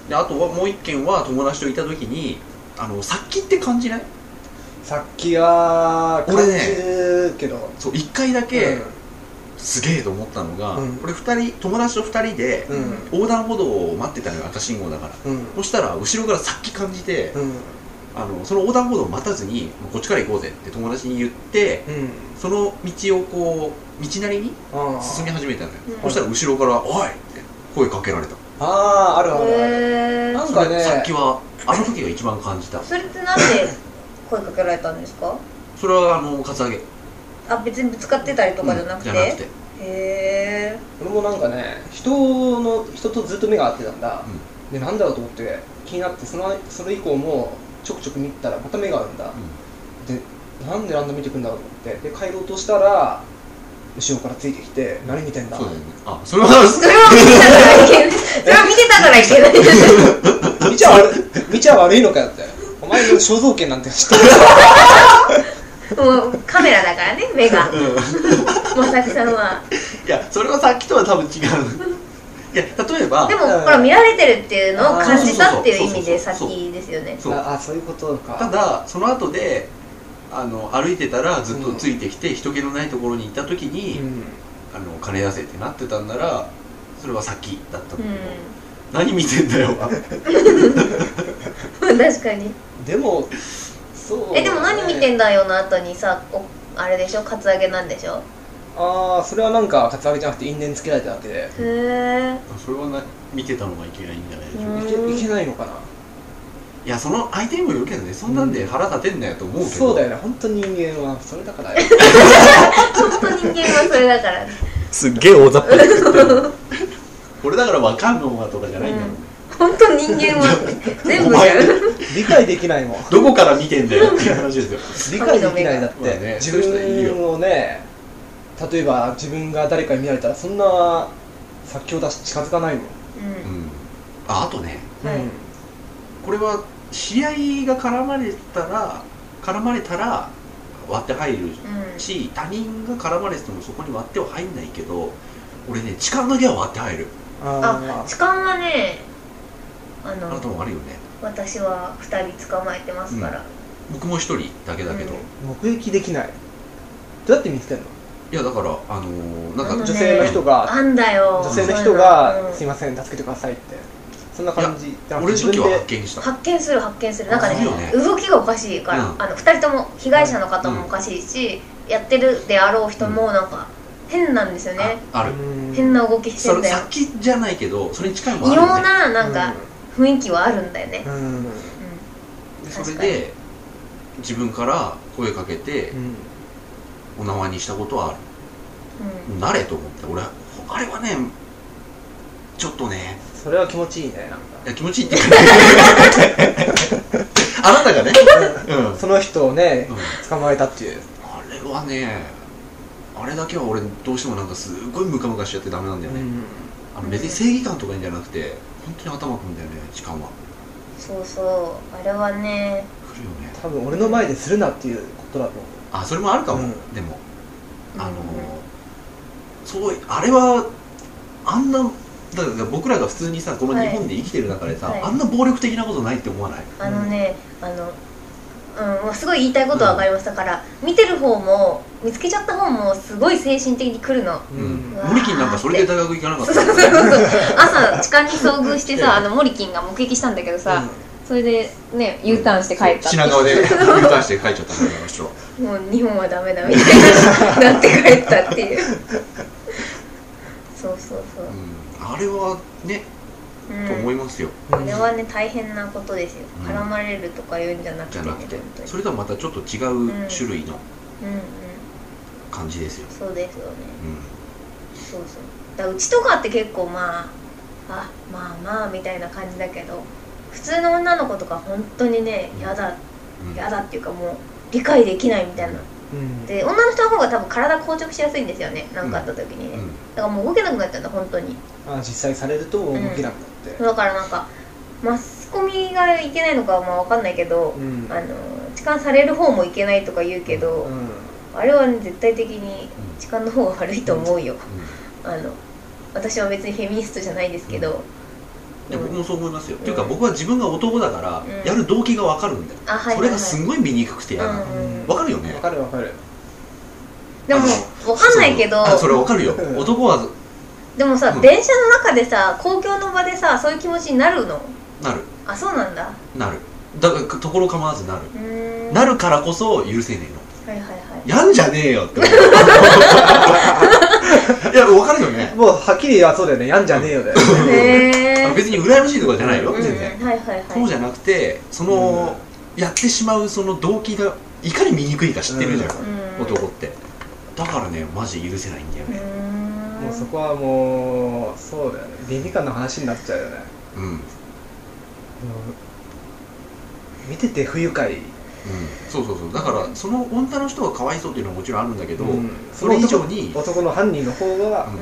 であとはもう一件は友達といた時にあの殺気って感じないさっきは感俺ねじるけど、そう一回だけ、すげえと思ったのが、うん俺二人友達と二人でうんうん横断歩道を待ってたのよ赤信号だからうんそしたら後ろから殺気感じて、うんあのその横断歩道を待たずにもうこっちから行こうぜって友達に言ってうんその道をこう道なりにあー進み始めたのよ、うそんしたら後ろから「おい!」って声かけられたあーあるあるある、へえなんかねさっきはあの時が一番感じたそれってなんで声かけられたんですかそれはあのカツアゲあ別にぶつかってたりとかじゃなくて,、うんじゃなくてへえ俺もなんかね人の人とずっと目が合ってたんだ、でなんだろうと思って気になってそのそれ以降もちょくちょく見たらまた目が合うんだ、でなんであんな見てくんだろうと思ってで帰ろうとしたら後ろからついてきて何見てんだそうだよねあそれはそれは見てたからいけないそれは見てたからいけない見ちゃ悪い見ちゃ悪いのかよってお前の肖像権なんて知ってる もうカメラだからね目がまさきさんはいやそれはさっきとは多分違ういや例えばでもほら見られてるっていうのを感じあーたっていう意味でそうそうそうそう先ですよねそうああそういうことかただその後であの歩いてたらずっとついてきて、人気のないところに行った時うに、んあの金出せってなってたんならそれは先だったんだけうど、ん何見てんだよ 確かにでもそうえでも何見てんだよの後にさおあれでしょカツアゲなんでしょああそれはなんかカツアゲじゃなくて因縁つけられただけでへえそれはな見てたのがいけないんじゃないでしょうか、うんいけいけないのかないやその相手にもよるけどねそんなんで腹立てんなよと思うけど、そうだよね本当に人間はそれだから よ本当人間はそれだからねすっげえ大雑把にこれだからわかんのはとかじゃないんだもん、ね本当人間は全部だよ理解できないもんどこから見てんだよっていう話ですよ理解できないだっまあて、ね自そういう人いる分をね例えば自分が誰かに見られたらそんな殺気を出し近づかないもん、うんうんああとねはいこれは試合が絡まれたら絡まれたら割って入るうし他人が絡まれててもそこに割っては入んないけど俺ね痴漢だけは割って入るん、ああ痴漢はねああのなたもあるよね私は2人捕まえてますから、僕も一人だけだけど、ういんー目撃できないどうやって見つけるのやだからあのーなんあかのね女性の人があんだよ女性の人が「そうすいいうのません助けてください」ってそんな感じだから俺の自分時では発見しうんた発見する発見するなんかねするよね動きがおかしいから、うんあの2人とも被害者の方もおかしいし、やってるであろう人もなんか変なんですよね、ああるうん変な動きしてそんれだよ先じゃないけどそれに近いも異んあるよ様ねななんか雰囲気はあるんだよねう、んうんでそれで自分から声かけてうんお縄にしたことはあるうんうん慣れと思って俺あれはねちょっとねそれは気持ちいいねなんかいや気持 ちいいっていうかあなたがね、 うんうん、あその人をね捕まえたっていうれはねあれだけは俺どうしてもなんかすごいムカムカしちゃってダメなんだよね、あの別に正義感とかいいんじゃなくて本当に頭くんだよね時間はそうそうあれはね来るよね多分俺の前でするなっていうことだと思うあそれもあるかも、うんでもあのーうそんうあれはあんなだから僕らが普通にさこの日本で生きてる中でさ、はいあんな暴力的なことないって思わない、あのね、あの、うん、もうすごい言いたいことは分かりましたから、見てる方も見つけちゃった方もすごい精神的に来るの。 うんうんわー森木なんかそれで大学行かなかっそうたそうかそうらそう朝痴漢に遭遇して来てさあのモリキンが目撃したんだけどさ、それでね U ターンして帰ったって品川で U ターンして帰っちゃったんだよあの人はもう日本はダメだみたいになって帰ったっていう そうそうそうう、んあれはね、うん、と思いますようこんれはね大変なことですよ、うん絡まれるとか言うんじゃなくじてゃねなくて本当にそれとはまたちょっと違う種類のうんうん感じですよ、そうですよねうそうそうだからうちとかって結構まああまあまあみたいな感じだけど普通の女の子とか本当にねやだんうんやだっていうかもう理解できないみたいなうんで女の人の方が多分体硬直しやすいんですよね何かあった時にね、うんだからもう動けなくなっちゃうんだ本当にあ実際されると動けなくなってだからなんかマスコミがいけないのかはまあ分かんないけど、うんあの痴漢される方もいけないとか言うけど、うんあれは、ね、絶対的に痴漢の方が悪いと思うよ、うんあの私は別にフェミニストじゃないですけど、いや僕もそう思いますよ、んっていうか僕は自分が男だから、うんやる動機が分かるんだよ、あはいそはいれはがいすんごい醜くて嫌なの、うんうん分かるよねわかるわかるでもあわかんないけどそうあそれ分かるようん男はでもさ、うん電車の中でさ公共の場でさそういう気持ちになるのなるあそうなんだなるだからところ構わずなるうーんなるからこそ許せねえのはいはいはいやんじゃねえよって思う いや分かるよねもうはっきり言わそうだよねやんじゃねえよだよねへあー別に羨ましいとかじゃないようん全然、はいはいはいそうじゃなくてその、やってしまうその動機がいかに醜いか知ってるじゃん、うん男ってだからねマジ許せないんだようねーんもうそこはもうそうだよね倫理観の話になっちゃうよねうん、うん、見てて不愉快そうそうそうだからその女の人がかわいそうっていうのはもちろんあるんだけど、うんそれ以上に男の犯人の方がううんん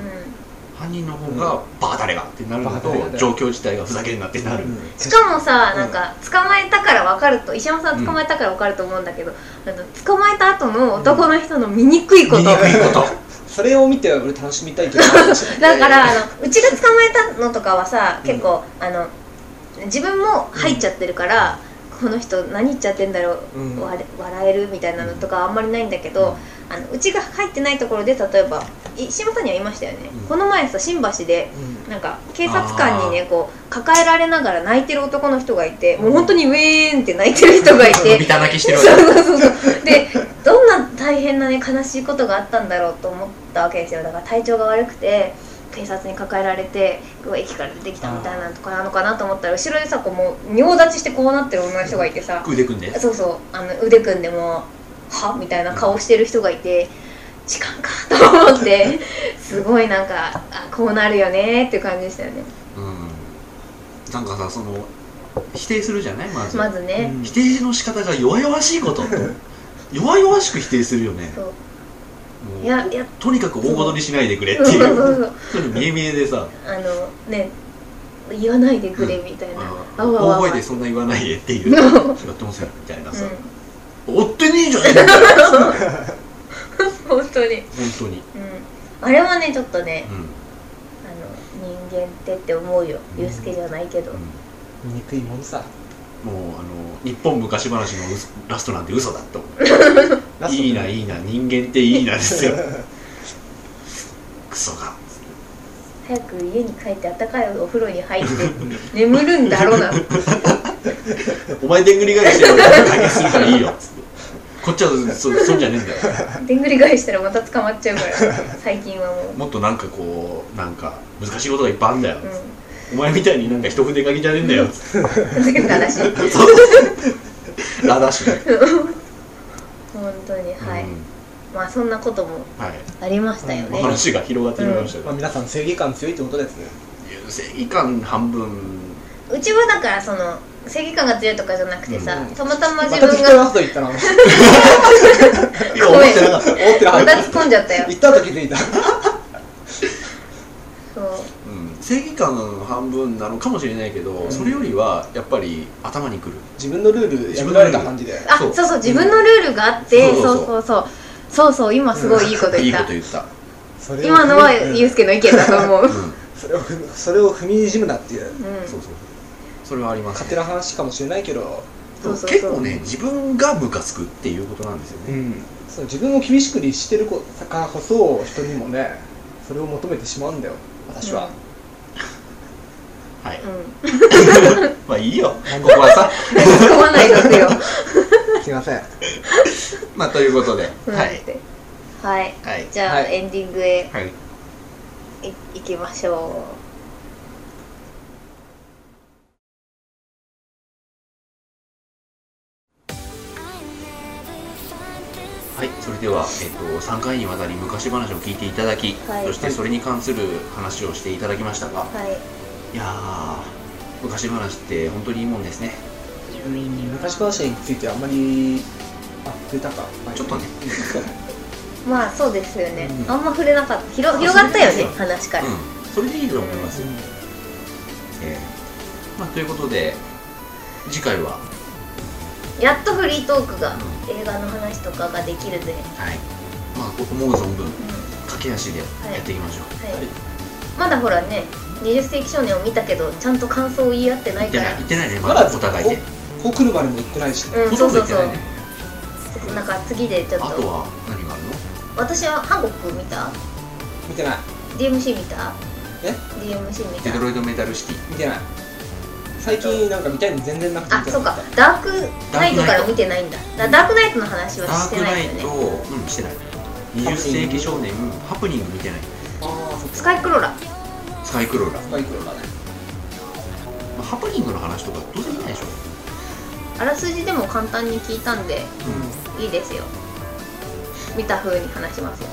犯人の方がバカ誰がってなるのバカ誰がと状況自体がふざけんなってなる、しかもさ、うんなんか捕まえたから分かると石山さん捕まえたから分かると思うんだけど、あの捕まえた後の男の人の醜いこと、醜いことそれを見て俺楽しみたいけどだ だからあのうちが捕まえたのとかはさ結構、あの自分も入っちゃってるから、この人何言っちゃってんだろう、うんわれ笑えるみたいなのとかあんまりないんだけど、あのうちが入ってないところで例えば石山さんには言いましたよね、うんこの前さ新橋でうんなんか警察官にねこう抱えられながら泣いてる男の人がいてもう本当にウェーンって泣いてる人がいて 見た泣きしてるわけそうそうそうそうでどんな大変なね悲しいことがあったんだろうと思ったわけですよだから体調が悪くて警察に抱えられてうわ駅から出てきたみたいなとかなのかなと思ったら後ろでさこうもう尿立ちしてこうなってる女の人がいてさ腕組んでそうそうあの腕組んでもはみたいな顔してる人がいて時間かと思ってすごいなんかあこうなるよねっていう感じでしたよねうんなんかさその否定するじゃないまずまずね、否定の仕方が弱々しいこと弱々しく否定するよねそうもういやいやとにかく大ごとにしないでくれってそういそうそううそう本当に見え見えでさあのね言わないでくれみたいな、あわわわ大わ声でそんな言わないでっていうやってませんみたいなさ追ってねえじゃねえかようん、本当に、うん、本当にあれはねちょっとねうんあの人間ってって思うようんユうスケじゃないけど、醜いもんさもうあの日本昔話の嘘ラストなんて嘘だと思ラうストいいないいな人間っていいなです よクソが早く家に帰って暖かいお風呂に入って 眠るんだろうなお前でんぐり返してるから解決するからいいよっつってこっちはそそんじゃねえんだよでんぐり返したらまた捕まっちゃうから最近はもう、もっとなんかこうなんか難しいことがいっぱいあんだよ、うお前みたいになんか一筆書きじゃねえんだよっつっん、全部話本てそうラダッシュだよ当にはい、うんまあそんなこともはいありましたよね、話が広がってきましたまあよ、皆さん正義感強いってことですね正義感半分うちはだからその正義感が強いとかじゃなくてさ、うんたまたまま自た分適当ながこと言っ たな思っいや思ってなかった、てなま かった突っ込んじゃったよた言ったと気づいたそううん、正義感の半分なのかもしれないけど、んそれよりはやっぱり頭にくる自分のルール破られた感じであそそううそう自分のルールがあって、うんそそううそうそうそうそう今すごいいいことい言いっこたと、言った、それを踏み今のはうんユうスケの意見だと思う、ううんん、それを踏みそれを踏みにじむなっていうそうそうそれはあります、勝手な話かもしれないけどそうそうそう結構ね自分がムカつくっていうことなんですよね、そう自分を厳しく律してる子からこそ人にもねそれを求めてしまうんだよ私は、はいうんまあいいよここは さ突っ込まないでおくよすいませんまあということで、うんはいはいはいじゃあ、はいエンディングへはいい行きましょはい、それでは、えっと、3回にわたり昔話を聞いていただき、はいそしてそれに関する話をしていただきましたが、うはいい、やー昔話って本当にいいもんですね昔話についてあんまりあ触れたかちょっとねまあそうですよね、うんあんま触れなかった広あ広がったよねそうですよ話から、うんそれでいいと思いますよ、えーまあ、ということで次回は、やっとフリートークが映画の話とかができるぜ、はいまあ、思う存分うんは駆け足でやっていきましょう、いまだほらね20世紀少年を見たけどちゃんと感想を言い合ってない行ってかないら行ってないねままだだお互いねここ来るまでも行ってないし、うんほそとうんどそ行うっそてないねうなんか次でちょっあととは何があるの私は韓国見た見てない DMC 見たえ DMC 見デトたロイドメタルシティ見てない最近なんか見たいの全然なくてあ見てそなうかっかたダークナイトから見てないんだだダークナイトの話はダーしてクなナいイんだトよねうんしてない20世紀少年ハプニング見てないああそっかスカイクローラスカイクローラー、スカイクローラねまあ、ハプニングの話とかどうせ見ないでしょ、あらすじでも簡単に聞いたんでいいですよ見た風に話しますよ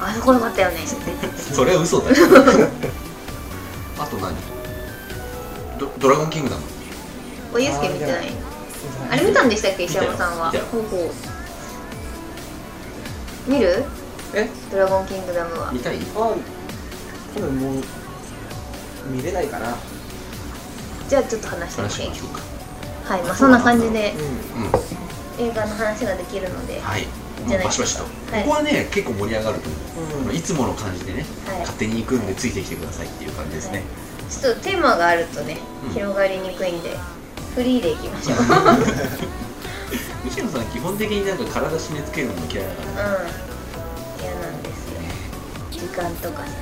あそこよかったよねそれは嘘だよ あと何ドドラゴンキングダムおゆうすけ見てないあれれ見たんでしたっけ石山さんは見たよほうほう見るえドラゴンキングダムは見たいあ多分もう見れないかなじゃあちょっと話してみ話てしましょうかはいまあそんな感じでううん映画の話ができるのでははいじもゃなういバシバシと、はいここはね結構盛り上がると思う、んいつもの感じでねい勝手に行くんでついてきてくださいっていう感じですね、ちょっとテーマがあるとねうん広がりにくいんでフリーでいきましょううん西野さん基本的になんか体締め付けるのも嫌いだから、ね嫌なんですよ時間とかさ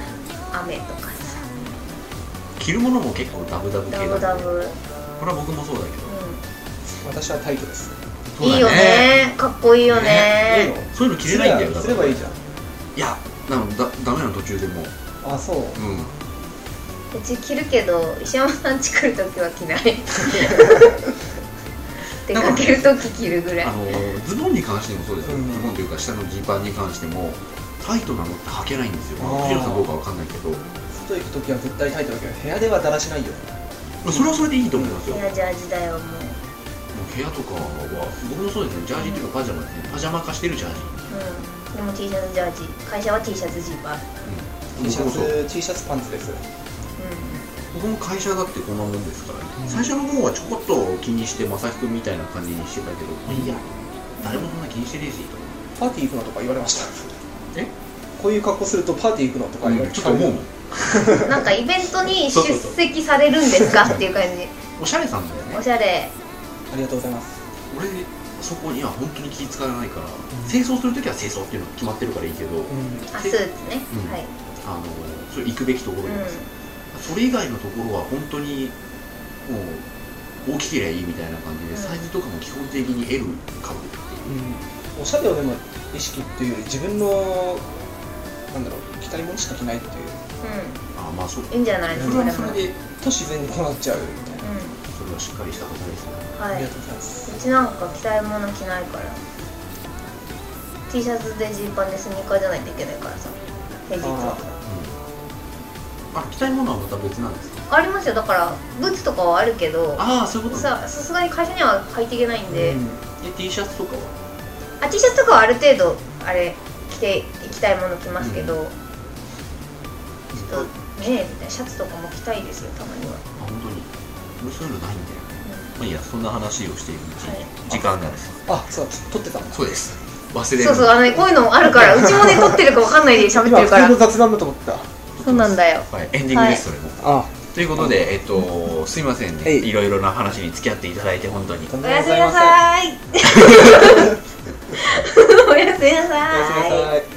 雨とかさ着るものも結構ダブダブ系だ、ダブダブこれは僕もそうだけど私はタイトですうんいいよねかっこいいよねいいのそういうの着れないんだよだすかれらばいいいじゃんやなんだダメなの途中でもうあそうううち着るけど石山さん家来る時は着ない 出かける時着るぐらいん、あのズボンに関してもそうですよ、うんズボンというか下のジーパンに関してもタイトなのって履けないんですよあー藤野さんどうかわかんないけど外行く時は絶対タイトだけど部屋ではだらしないよそれはそれでいいと思いますヘよ、アジャージだよもう、部屋とかは僕もそうですねジャージというかパジャマですねパジャマ化してるジャージ、うん、でも T シャツジャージ会社は T シャツジーパン、うん、 T シャ僕もそうツ T シャツパンツです僕も会社だってこんなもんですからね、最初の方はちょこっと気にして正木君みたいな感じにしてたけど、まあいいや誰もそんな気にしてねえしとパーティー行くのとか言われましたえこういう格好するとパーティー行くのとか言われちょっとて思うもんうん、なんかイベントにそう出そうそう席されるんですかっていう感じおしゃれさんだよねおしゃれありがとうございます俺そこには本当に気使わないから、ん清掃するときは清掃っていうのが決まってるからいいけど、うんあスーツね、うんはい、あのそれ行くべきところじゃないですか、それ以外のところは本当にもう大きければいいみたいな感じで、うんサイズとかも基本的に L かぶるっていううんおしゃれをでも意識っていうより自分のなんだろう着たいものしか着ないっていううあまあそうそんいいんじゃないのれはそそれもれでと自然にこうなっちゃうみたいなうそれはしっかりしたことですねんはあいうりがとうございますちなんか着たいもの着ないから T シャツでジーパンでスニーカーじゃないといけないからさ平日はああ着たいものはまた別なんですかありますよだからブーツとかはあるけどああそういうことねささすがに会社には履いていけないんーで、うんで T シャツとかはあ T シャツとかはある程度あれ着ていきたいもの着ますけど、ちょっとねえみたいなシャツとかも着たいですよたまには、あ本当に俺そういうのないんだよねうまあいいやそんな話をしているうちはいに時間がですあそう撮ってたんだそうです忘れんるそうそうあのねこういうのあるからうちもね撮ってるかわかんないで喋ってるか今普通のら雑談だと思ってたそうなんだよはいエンディングですそれもあということでえっとすいませんねえいいろいろな話に付き合っていただいて本当にとんおでもやごすざみいまなさーいおやせんすみなさおやすみなーいさい